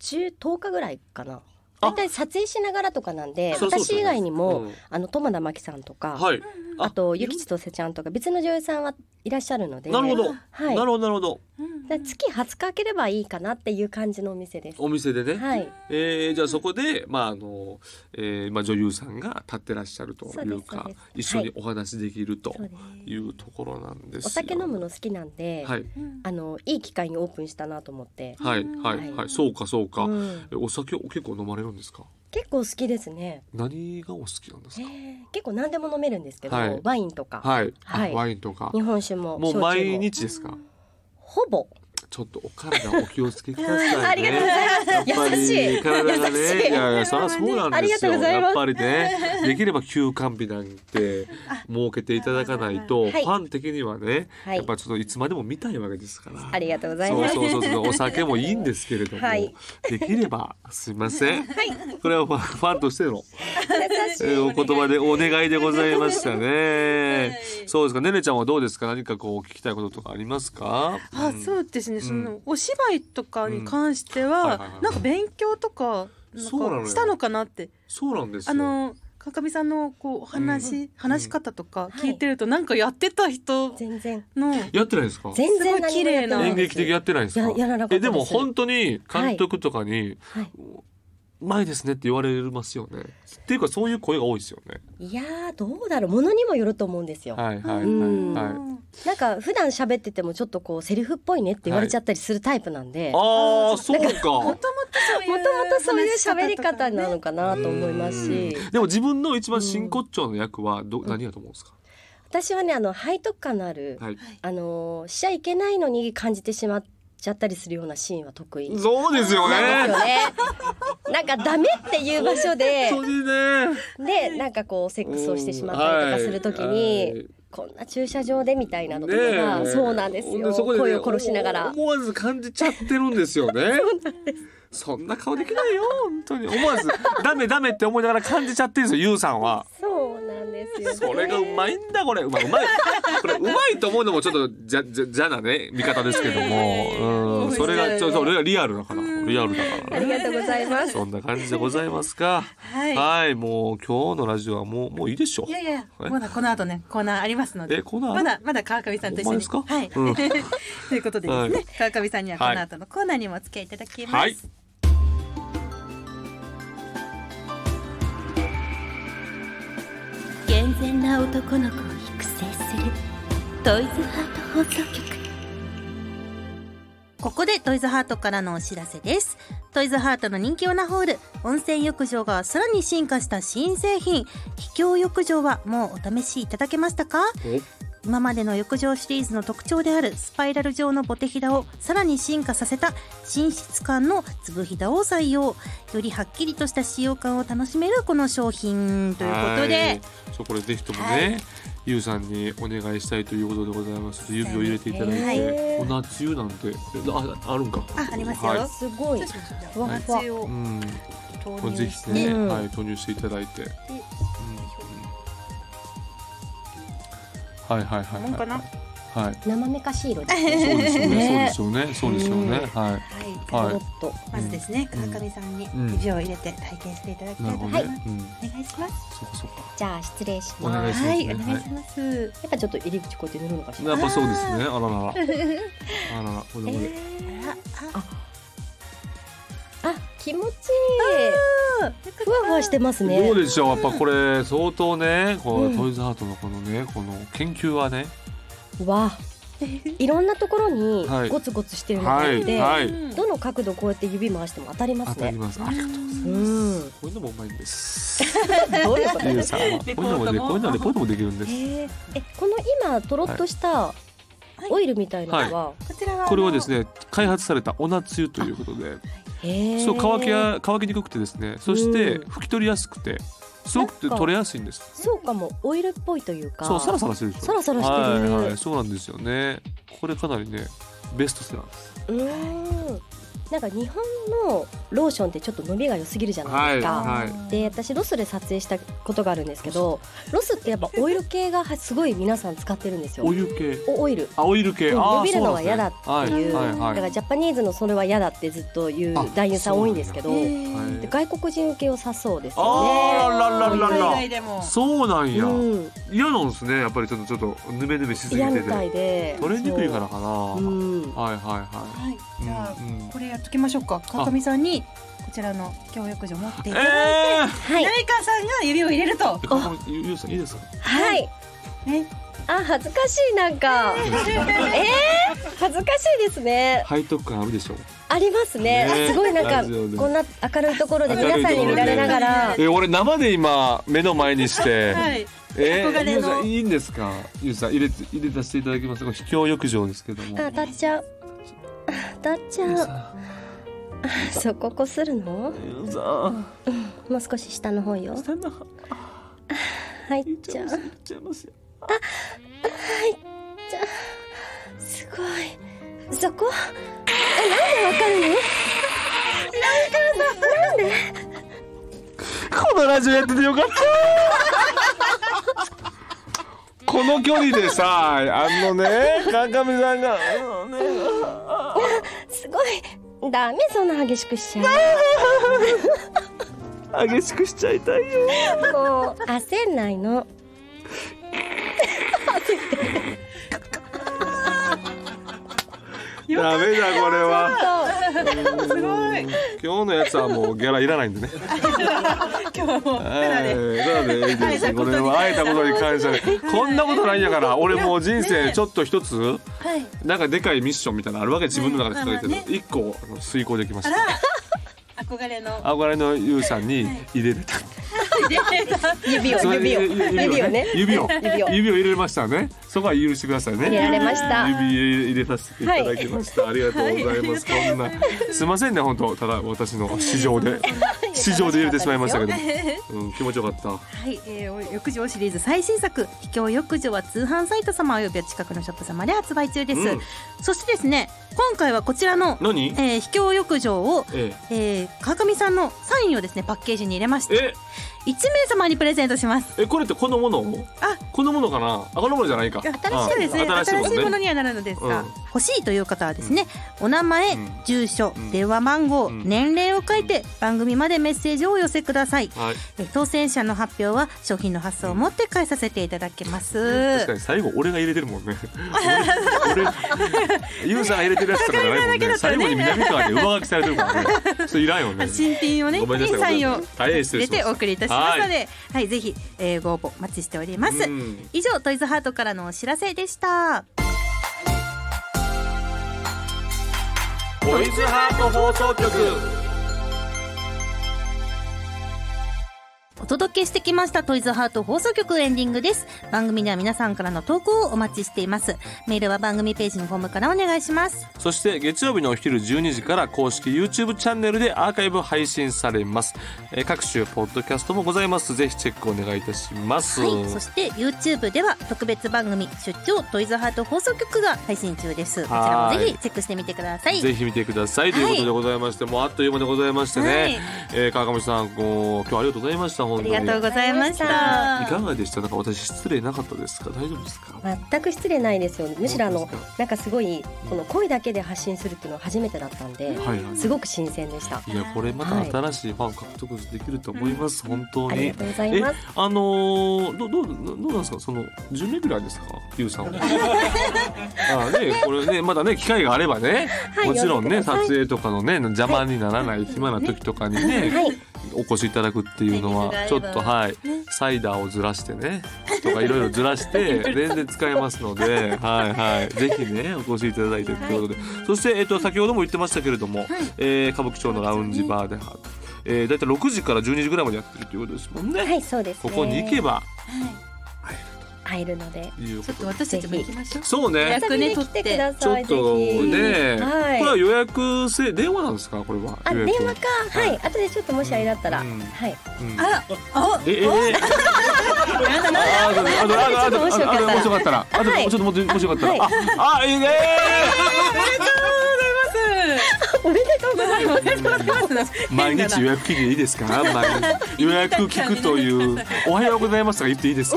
Speaker 3: 10 10日ぐらいかな
Speaker 2: あ
Speaker 3: 大体撮影しながらとかなんで
Speaker 2: そりゃそうです
Speaker 3: 私
Speaker 2: よね
Speaker 3: 以外にも、
Speaker 2: うん
Speaker 3: あの友田真紀さんとか、
Speaker 2: はいあ
Speaker 3: あとゆきちとせちゃんとか別の女優さんはいらっしゃるので
Speaker 2: なるほど、
Speaker 3: はい、
Speaker 2: なるほどなるほど
Speaker 4: うん
Speaker 3: だから月20日開ければいいかなっていう感じのお店です。
Speaker 2: お店でね、
Speaker 3: はい、
Speaker 2: えーじゃあそこで、まああのえーまあ、女優さんが立ってらっしゃると
Speaker 3: そう
Speaker 2: い
Speaker 3: です
Speaker 2: うか
Speaker 3: そうです
Speaker 2: 一緒に
Speaker 3: はい
Speaker 2: お話できると
Speaker 3: そうです
Speaker 2: いうところなんですよ
Speaker 3: お酒飲むの好きなんで、
Speaker 2: はい
Speaker 4: うん
Speaker 3: あのいい機会にオープンしたなと思って、
Speaker 2: はいはい
Speaker 3: はい
Speaker 2: はいそうかそうか、
Speaker 3: うん
Speaker 2: えお酒を結構飲まれるんですか
Speaker 3: 結構好きですね、
Speaker 2: 何がお好きなんです
Speaker 3: え
Speaker 2: か
Speaker 3: ー結構何でも飲めるんですけど、
Speaker 2: はい
Speaker 3: ワインとか、
Speaker 2: はい、あ
Speaker 3: はい
Speaker 2: ワインとか
Speaker 3: 日本酒も
Speaker 2: もう
Speaker 3: 焼酎も
Speaker 2: 毎日ですか
Speaker 3: ほぼ
Speaker 2: ちょっとお体お気をつけくださいね
Speaker 3: (laughs) ありがとうございます
Speaker 2: やっぱり
Speaker 3: 優しい
Speaker 2: 体が
Speaker 3: 優
Speaker 2: ね
Speaker 3: しい
Speaker 2: いやいやそりゃそうなん
Speaker 3: あり
Speaker 2: で
Speaker 3: が
Speaker 2: す
Speaker 3: とう
Speaker 2: よ
Speaker 3: ござい
Speaker 2: や
Speaker 3: ます
Speaker 2: っぱり
Speaker 3: (laughs)
Speaker 2: ねできれば休館日なんて設けていただかないと、
Speaker 3: はい
Speaker 2: ファン的にはね、
Speaker 3: はい
Speaker 2: やっぱちょっといつまでも見たいわけですから、
Speaker 3: ありがとうござい
Speaker 2: そう
Speaker 3: ます。
Speaker 2: そうそうそうお酒もいいんですけれども、
Speaker 3: はい
Speaker 2: できればすいません、 (laughs) これはファンファンとしてのえ
Speaker 3: 優しい
Speaker 2: ーお言葉でお願いでございました
Speaker 4: は
Speaker 2: ね
Speaker 4: い。
Speaker 2: そうですか、ねねちゃんはどうですか、何かこう聞きたいこととかありますか。
Speaker 1: あ
Speaker 2: うん
Speaker 1: そうですねそ
Speaker 2: うん
Speaker 1: のお芝居とかに関して
Speaker 2: うんはいはいは
Speaker 1: はいなんか勉強とかな
Speaker 2: そうなの
Speaker 1: ん
Speaker 2: よ
Speaker 1: かしたのかなって
Speaker 2: そうなんですよ。
Speaker 1: あの川上さんのこうお話、話し方とか
Speaker 3: はい
Speaker 1: 聞いてると、なんかやってた人
Speaker 3: 全然
Speaker 1: の、
Speaker 2: やってないですか。
Speaker 3: 全然何もやって
Speaker 1: すごい綺麗な
Speaker 2: 演劇的やってないですか
Speaker 3: や。やらなかった
Speaker 2: え、
Speaker 3: です
Speaker 2: でも本当に監督とかに、
Speaker 3: はい、
Speaker 2: うまいですねって言われますよね。っていうか、そういう声が多いですよね。
Speaker 3: いやーどうだろうものにもよると思うんですよ、
Speaker 2: はいはいはい
Speaker 3: うん
Speaker 2: はい。
Speaker 3: なんか普段喋っててもちょっとこうセリフっぽいねって言われちゃったりするタイプなんで、も
Speaker 2: ああ、そう
Speaker 4: もとも
Speaker 2: か。
Speaker 4: とそういう
Speaker 3: ともとそういう喋り方な
Speaker 4: 話し
Speaker 3: の
Speaker 4: 方と
Speaker 3: かなと思いますし
Speaker 2: うんでも自分の一番真骨頂の役はど、何やと思うんですか。
Speaker 3: 私はねあの背徳感のある、
Speaker 2: はい。
Speaker 3: あのーしちゃいけないのに感じてしまっちゃったりするようなシーンは得意なんです
Speaker 2: そうですよね。 (laughs)
Speaker 3: よね。なんかダメっていう場所で
Speaker 2: 本当にね。
Speaker 3: でなんかこうセックスをしてしまったりとかするときに、
Speaker 2: はい
Speaker 3: こんな駐車場でみたいなのとかが、
Speaker 2: ねえ
Speaker 3: そうなんですよ
Speaker 2: そこでね
Speaker 3: 声を殺しな
Speaker 2: (laughs)
Speaker 3: がら
Speaker 2: 思わず感じちゃってるんですよねそんな顔できないよ本当に思わずダメダメって思いながら感じちゃってるんですよゆうさんは
Speaker 3: そうなんですよ、ね、
Speaker 2: それがうまいんだこれうまいうまいこれうまいと思うのもちょっとじゃじゃじゃなね見方ですけどもうんそれがちょそれがリアルだからリアルだか
Speaker 3: あ
Speaker 2: ら
Speaker 3: り
Speaker 2: ね
Speaker 3: がとうございます
Speaker 2: そんな感じでございますか
Speaker 4: はい
Speaker 2: はいもう今日のラジオはもうもういいでしょ
Speaker 4: いやいや
Speaker 2: え
Speaker 4: まだこの後ねコーナーありますの
Speaker 2: え
Speaker 4: で
Speaker 2: こんな
Speaker 4: まだまだ川上さんと一
Speaker 2: ほ
Speaker 4: 緒
Speaker 2: んま
Speaker 4: に
Speaker 2: ですか
Speaker 4: はい、
Speaker 2: うん
Speaker 4: ということでですね、
Speaker 2: はい
Speaker 4: 川上さんにはこの後のコーナーにもお付き合いいただきます、
Speaker 2: はい
Speaker 5: 健全な男の子を育成するトイズハート放送局
Speaker 1: ここでトイズハートからのお知らせですトイズハートの人気オナホール温泉浴場がさらに進化した新製品秘境浴場はもうお試しいただけましたか今までの浴場シリーズの特徴であるスパイラル状のボテヒダをさらに進化させた寝室感の粒ひだを採用よりはっきりとした使用感を楽しめるこの商品ということで
Speaker 2: はいそうこれぜひともね、ゆうさんにお願いしたいということでございます指を入れていただいて、
Speaker 3: はい
Speaker 2: おなつゆなんてああるんか
Speaker 1: あありますよ
Speaker 2: はい
Speaker 3: すごいふわふわ
Speaker 4: を
Speaker 2: うん、
Speaker 4: 投
Speaker 2: これぜ
Speaker 4: 入
Speaker 2: ひ
Speaker 4: し
Speaker 2: ね、
Speaker 3: ねうん
Speaker 2: はい、投入していただいて、うんはいはいはい
Speaker 4: もんかな
Speaker 2: はい、はい、
Speaker 3: 生めかしい色です
Speaker 2: そう
Speaker 3: ね
Speaker 2: ですよね
Speaker 3: ね
Speaker 2: そうですよねそうですよね
Speaker 3: うん
Speaker 2: は
Speaker 4: はい
Speaker 2: いは
Speaker 3: ちょ
Speaker 2: い
Speaker 3: っと
Speaker 4: まずですね
Speaker 2: うん
Speaker 4: 川上さんに
Speaker 2: うん
Speaker 4: 指を入れて体験していただき
Speaker 2: な
Speaker 4: た
Speaker 2: る
Speaker 4: いと
Speaker 2: ほど
Speaker 4: 思い
Speaker 2: ね、
Speaker 4: ます
Speaker 2: うん
Speaker 4: お願いします
Speaker 2: そうかそうか
Speaker 3: じゃあ失礼し
Speaker 2: お願
Speaker 3: ま
Speaker 2: いし
Speaker 3: す
Speaker 2: ます
Speaker 4: はい
Speaker 2: ね
Speaker 4: お願いします
Speaker 3: やっぱちょっと入り口こうやって塗るのかしら
Speaker 2: やっぱそうですねあらららあららこれこれ
Speaker 4: あらあ
Speaker 3: あ気持ちいいふわふわしてますね
Speaker 2: どうでしょうやっぱこれ相当ねこ
Speaker 3: う
Speaker 2: うんトイズハートのこのねこの研究はね
Speaker 3: わあいろんなところに
Speaker 2: はい
Speaker 3: ゴツゴツしてるのがあっ
Speaker 2: はい
Speaker 3: て、
Speaker 2: はい
Speaker 4: うん
Speaker 3: どの角度こうやって指回しても当たりま
Speaker 2: 当
Speaker 3: す
Speaker 2: たり
Speaker 3: ね。
Speaker 2: ますありがとう
Speaker 3: うん
Speaker 2: こういうのもうまいんです
Speaker 3: どういうこ
Speaker 2: っていうさこういうのもでこういうのでこういうのもできるんです
Speaker 3: ええこの今とろっとした
Speaker 4: い
Speaker 3: オイルみたいなのは、
Speaker 4: こちらは
Speaker 2: これはです
Speaker 4: ね
Speaker 2: ね開発されたおなつゆということで
Speaker 3: ええ
Speaker 2: そう乾きや乾きにくくてですねそして
Speaker 3: うん
Speaker 2: 拭き取りやすくてすごく
Speaker 3: なんか
Speaker 2: 取れやすいんです
Speaker 3: そうかもオイルっぽいというか。
Speaker 2: そうサラサラしてるでしょ
Speaker 3: サラサラしてる
Speaker 2: はいはいそうなんですよねこれかなりねベストセラーです
Speaker 3: うーん。なんか日本のローションってちょっと伸びが良すぎるじゃないですか。
Speaker 2: はい
Speaker 3: で私ロスで撮影したことがあるんですけどロスってやっぱオイル系がはすごい皆さん使ってるんですよ
Speaker 2: お湯系
Speaker 3: おオイル
Speaker 2: あオイル系
Speaker 3: うん
Speaker 2: あ
Speaker 3: 伸びるのは嫌だって
Speaker 2: そうなんですね
Speaker 3: いう
Speaker 2: はいは
Speaker 3: だ
Speaker 2: い
Speaker 3: か
Speaker 2: は
Speaker 3: ら
Speaker 2: い
Speaker 3: ジャパニーズのそれは嫌だってずっと言う男優さん多いんですけど、
Speaker 2: そうなん
Speaker 3: で
Speaker 2: やはい
Speaker 3: 外国人受けをさそうですよね。
Speaker 2: あららら
Speaker 4: 海
Speaker 2: ら
Speaker 4: 外でも
Speaker 2: そうなんや
Speaker 3: うん、
Speaker 2: 嫌なんですねやっぱりちょっとちょっとぬめぬめしすぎ
Speaker 3: 嫌
Speaker 2: て
Speaker 3: みた
Speaker 2: て
Speaker 3: いで
Speaker 2: 取れにくいからかな
Speaker 3: そう
Speaker 2: は
Speaker 3: うん、
Speaker 2: いはいは
Speaker 4: はい
Speaker 2: い
Speaker 4: じゃあ
Speaker 2: うんうん
Speaker 4: これやっときましょうか川上さんにこちらの共浴場持っていただいて
Speaker 2: え
Speaker 3: はい
Speaker 4: 浪川さんが指を入れると
Speaker 2: えここゆゆうさんいいですか
Speaker 3: はい
Speaker 4: ね
Speaker 3: あ恥ずかしいなんか恥ずかしいですね
Speaker 2: 背徳感あるでしょ
Speaker 3: ありますね
Speaker 2: ね
Speaker 3: すごいなんか
Speaker 2: ラジオで
Speaker 3: こんな明るいところで皆さんに見られながら
Speaker 2: え俺生で今目の前に
Speaker 3: (laughs)
Speaker 2: して、
Speaker 4: はい
Speaker 2: え
Speaker 4: 憧れの
Speaker 2: ゆうさんいいんですかゆうさん入れて入れさせていただきますこれ秘境浴場ですけども
Speaker 3: あ当たっちゃうあ (laughs) 当たっち
Speaker 2: ゆう
Speaker 3: ゃう
Speaker 2: さ
Speaker 3: そここするの
Speaker 2: んゆうさん
Speaker 3: もう少し下の方よ
Speaker 2: 下の
Speaker 3: 入っ
Speaker 2: 入っ
Speaker 3: ち
Speaker 2: ちゃ
Speaker 3: ゃ
Speaker 2: いうます入っちゃいますよ
Speaker 3: すごいそこえなんでわかるの
Speaker 2: このラジオやっててよかったこの距離でさあのね川上さんが「うんね
Speaker 3: すごいダメそんな激しくしちゃ
Speaker 2: 激しくしちゃいたいよ
Speaker 3: うこう焦んないの
Speaker 2: ダメだこれは
Speaker 4: すごい今
Speaker 2: 今日のやつはもうギャラいらないんでね。
Speaker 4: 日はもう
Speaker 2: えーなのでいいで
Speaker 4: 会え
Speaker 2: す。
Speaker 4: た
Speaker 2: こ
Speaker 4: ことに
Speaker 2: れは会えたことに感謝で。こんなことないんやから、俺もう人生ちょっと一つ、
Speaker 4: はい
Speaker 2: なんかでかいミッションみたいなのあるわけ自分の中で掲
Speaker 4: まあま
Speaker 2: げ
Speaker 4: あ
Speaker 2: てる。一個あの遂行できました。
Speaker 4: 憧れの
Speaker 2: 憧れのゆうさんに入れれた。
Speaker 3: 指を
Speaker 2: それ
Speaker 3: 指を
Speaker 2: 指
Speaker 3: 指
Speaker 2: を
Speaker 3: を
Speaker 2: ね
Speaker 3: ね。
Speaker 2: 指を。
Speaker 3: 指を
Speaker 2: 指を入れましたね。そこは許してくださいね。
Speaker 3: 入れられました
Speaker 2: 指入れさせていただきました。ありがとうございます。こんな。すいませんね、本当、ただ私の市場で。市場で入れてしまいましたけど。うん、気持ちよかった。
Speaker 1: はい、えー浴場シリーズ最新作「秘境浴場」は通販サイト様およびお近くのショップ様で発売中です、
Speaker 2: うん
Speaker 1: そしてですね今回はこちらの、
Speaker 2: 何？
Speaker 1: えー秘境浴場を、
Speaker 2: え
Speaker 1: えー川上さんのサインをですねパッケージに入れまし
Speaker 2: え
Speaker 1: て1名様にプレゼントします
Speaker 2: ええこれってこのもの？
Speaker 1: あ
Speaker 2: このものかな？あこのものじゃないか。
Speaker 1: 新しいですね
Speaker 2: あ新
Speaker 1: 新しい
Speaker 2: しいも
Speaker 1: もの
Speaker 2: のね。
Speaker 1: にはなるのですが、
Speaker 2: うん
Speaker 1: 欲しいという方はですね、お名前、
Speaker 2: うん
Speaker 1: 住所、
Speaker 2: うん
Speaker 1: 電話番号、
Speaker 2: うん
Speaker 1: 年齢を書いて番組までメッセージをお寄せください、
Speaker 2: はい。
Speaker 1: えー当選者の発表は商品の発送をもって返させていただきます、
Speaker 2: 確かに最後俺が入れてるもん
Speaker 1: (laughs)
Speaker 2: ね。俺、俺ユウさんが入れてるやつとかじゃないも
Speaker 1: (laughs)
Speaker 2: んね。最後に南川で上書きされてるからね。それいらんよね。
Speaker 1: 新品をね、
Speaker 2: ごめんなさい
Speaker 1: サイン
Speaker 2: ごめ
Speaker 1: を
Speaker 2: んなさい大変失礼
Speaker 1: 入れ
Speaker 2: しました
Speaker 1: てお送りいたしますので、はい、ぜひ、えーご応募お待ちしております。
Speaker 2: うん
Speaker 1: 以上、トイズハートからのお知らせでした。
Speaker 2: トイズハート放送局
Speaker 1: お届けしてきましたトイズハート放送局エンディングです。番組では皆さんからの投稿をお待ちしています。メールは番組ページのフォームからお願いします。
Speaker 2: そして月曜日のお昼12時から公式 YouTube チャンネルでアーカイブ配信されます、えー各種ポッドキャストもございますぜひチェックお願いいたします、
Speaker 1: はい、そして YouTube では特別番組出張トイズハート放送局が配信中です。こちらもぜひチェックしてみてください。
Speaker 2: ぜひ見てくださいということでございまして、もうあっという間でございましてね、
Speaker 1: はい
Speaker 2: えー川上さんこう今日はありがとうございました
Speaker 1: あ
Speaker 2: 本当
Speaker 1: り
Speaker 2: に
Speaker 1: がとうございまし
Speaker 2: いか
Speaker 1: た。
Speaker 2: がでしたなんか私失礼なかったですか大丈夫ですか
Speaker 3: 全く失礼ないですよむしろあ
Speaker 2: 本
Speaker 3: の
Speaker 2: 当です
Speaker 3: なんかすごいこの声だけで発信するっていうのは初めてだったんで
Speaker 2: かはいはい
Speaker 3: すごく新鮮でした
Speaker 2: いやこれまた新しいファン獲得できると思います、本当
Speaker 3: あり
Speaker 2: に
Speaker 3: がとうござい
Speaker 2: え
Speaker 3: ます
Speaker 2: あのー、どどうどうなんですかその準レギュラーですかゆ
Speaker 3: (laughs)
Speaker 2: うさんはああねこれねまだね機会があればね、
Speaker 3: はい
Speaker 2: もちろんね
Speaker 3: 呼んでくださ
Speaker 2: 撮
Speaker 3: い
Speaker 2: 影とかのね邪魔にならない暇な時とかにね、
Speaker 3: (laughs) はい
Speaker 2: お越しいただくっていうのは
Speaker 1: タイ
Speaker 2: ちょ
Speaker 1: ミング
Speaker 2: っ
Speaker 1: が合えば
Speaker 2: とはい、サイダーをずらしてねとかいろいろずらして
Speaker 3: (laughs)
Speaker 2: 全然使えますのではいはいぜひねお越しいただいてということで、そしてえっと先ほども言ってましたけれども、えー歌舞伎町のラウンジバーで、えー、だいたい6時から12時ぐらいまでやってるということですもんね。
Speaker 3: はいそうです
Speaker 2: こ
Speaker 3: ね
Speaker 2: こに行けば
Speaker 3: 会えるので
Speaker 2: いう
Speaker 4: ち
Speaker 2: こ
Speaker 4: ょっ
Speaker 2: とで
Speaker 4: と私たちも行きましょう。
Speaker 2: そうね
Speaker 1: 役ね
Speaker 3: 遊びに来てくだ
Speaker 2: ちょ
Speaker 3: さ
Speaker 2: っ
Speaker 3: い
Speaker 2: と
Speaker 3: ぜ
Speaker 2: ね、
Speaker 3: ひはい
Speaker 2: これは予約制電話なんですかこれは
Speaker 3: あ
Speaker 2: 予
Speaker 3: 電
Speaker 2: 約
Speaker 3: 話か
Speaker 2: は
Speaker 3: はいい後でちょっともしあれだったら
Speaker 2: うん
Speaker 3: はい
Speaker 2: うん
Speaker 4: あ、あ、
Speaker 2: ええええあのあのあのあのあのあのもしよかったらあと
Speaker 3: はい
Speaker 2: ちょっともしもしよかったら
Speaker 3: はい
Speaker 2: ああいいね
Speaker 3: おめでとうございます
Speaker 2: 毎日予約期限いいですか
Speaker 3: (laughs)
Speaker 2: 毎日予約聞くというおはようございますとか言っていいです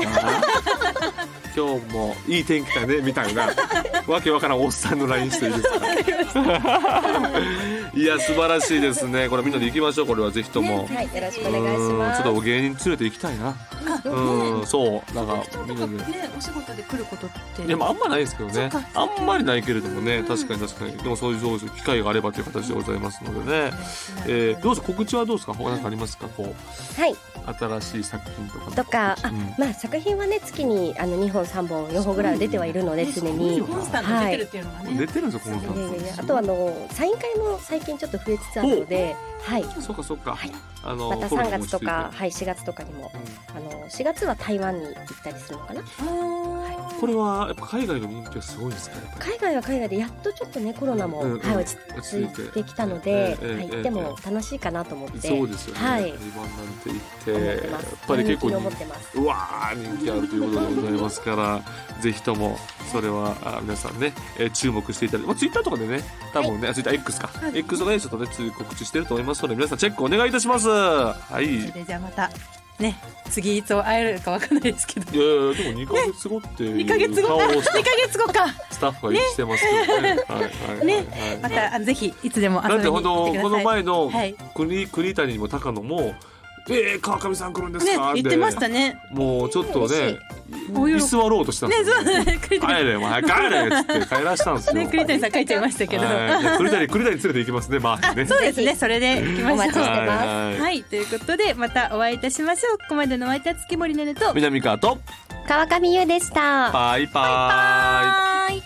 Speaker 2: か
Speaker 3: (laughs)
Speaker 2: 今日もいい天気だねみたいなわけわからんおっさんの LINE していいですか
Speaker 3: (laughs)
Speaker 2: いや素晴らしいですねこれみんなで行きましょうこれはぜひとも、
Speaker 3: はいよろしく
Speaker 2: う
Speaker 3: お願いし
Speaker 2: ん
Speaker 3: ま
Speaker 2: ち
Speaker 3: す
Speaker 2: ょっと芸人連れて行きたいなうんそうなんかみんなで
Speaker 4: ね、お仕事で来ることって。
Speaker 2: いや、まあ、あんまないですけどね
Speaker 4: そっか
Speaker 2: あんまりないけれどもね確かに確かにでもそういうそういう機会があればという形でございますのでね、えーどうぞ告知はどうですか他何かありますかこう
Speaker 3: はい
Speaker 2: 新しい作品とかの
Speaker 3: とか
Speaker 2: 告知
Speaker 3: あ
Speaker 2: うん
Speaker 3: まあ作品はね月にあの2本3本4本ぐらいは出てはいるので常に
Speaker 4: コンスタント出てるっていうのがね。
Speaker 2: 出てるんですよこ
Speaker 3: いや
Speaker 2: の
Speaker 3: いやい
Speaker 2: さ
Speaker 3: やあ
Speaker 2: ん
Speaker 3: とはあのサイン会も最近ちょっと増えつつあるので、はい、
Speaker 2: そうかそうか、
Speaker 3: はい
Speaker 2: あの
Speaker 3: また
Speaker 2: フォロ
Speaker 3: 3
Speaker 2: ーも
Speaker 3: 月
Speaker 2: して
Speaker 3: と
Speaker 2: いただい、
Speaker 3: か
Speaker 2: て
Speaker 3: はい、4月とかにも
Speaker 2: う
Speaker 3: あの4月は台湾に行ったりするのかなん
Speaker 2: これはやっぱ海外の人気はすごいんですかやっぱり
Speaker 3: 海外は海外でやっとちょっとねコロナも、
Speaker 2: うんうん
Speaker 3: はい、落ち着いてきたので、
Speaker 2: ええええ
Speaker 3: はい、
Speaker 2: ええ
Speaker 3: 行っても楽しいかなと思って
Speaker 2: そうですよね、
Speaker 3: はい
Speaker 2: 台湾なんて行って
Speaker 3: 思って
Speaker 2: や
Speaker 3: ま
Speaker 2: っ
Speaker 3: す
Speaker 2: ぱり結構
Speaker 3: 人気
Speaker 2: 人
Speaker 3: に思っ
Speaker 2: 気
Speaker 3: てます
Speaker 2: うわー人気あるということでございますからぜひともそれはあ皆さんね、えー注目していただいて、まあ、ツイッターとかでね多分ね、ツイッター X か、X とかでちょっとねつ告知してると思いますので皆さんチェックお願いいたしますはいいやい
Speaker 4: でじゃあまたね次いつ会えるかわかんないですけど。
Speaker 2: やでも2ヶ月後って
Speaker 4: 二ヶ
Speaker 2: い
Speaker 4: 月
Speaker 2: う顔
Speaker 4: 後
Speaker 2: を
Speaker 4: か、二
Speaker 2: し
Speaker 4: ヶ
Speaker 2: た
Speaker 4: 月後か。
Speaker 2: スタッフがしてますけどねはいはいはい
Speaker 4: ね
Speaker 2: はい
Speaker 4: またあぜひいつでも遊
Speaker 2: だ
Speaker 4: び
Speaker 2: っ
Speaker 4: に
Speaker 2: て
Speaker 4: 来
Speaker 2: ほん
Speaker 4: てくださ
Speaker 2: と
Speaker 4: い。
Speaker 2: この前の
Speaker 4: はい
Speaker 2: 栗栗谷も高野も「えー、川上さん来るんです
Speaker 4: ね
Speaker 2: か
Speaker 4: 言ってましたね。
Speaker 2: もうちょっとね
Speaker 4: お喜
Speaker 2: 居
Speaker 4: び
Speaker 2: 座ろうとしたんで
Speaker 4: ね
Speaker 2: すよ
Speaker 4: そうだね。栗
Speaker 2: 帰
Speaker 4: 谷
Speaker 2: れお前帰れっつって帰らしたんですよ
Speaker 4: ね栗谷さん書いちゃいましたけど。
Speaker 2: はいで栗谷栗谷連れて行きますねまあね
Speaker 4: (laughs) そうですねそれで行きま
Speaker 3: お待
Speaker 4: し
Speaker 3: ちして
Speaker 4: ょう。
Speaker 2: はい
Speaker 3: ます、
Speaker 2: はい
Speaker 1: はい、ということでまたお会いいたしましょう。ここまでのお相手は月森ねると。
Speaker 2: 南川と
Speaker 3: 川上優でした
Speaker 2: バイバイ
Speaker 1: はい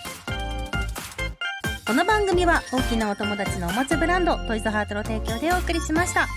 Speaker 1: この番組は大きなお友達のおもちゃブランドトイズハートの提供でお送りしました。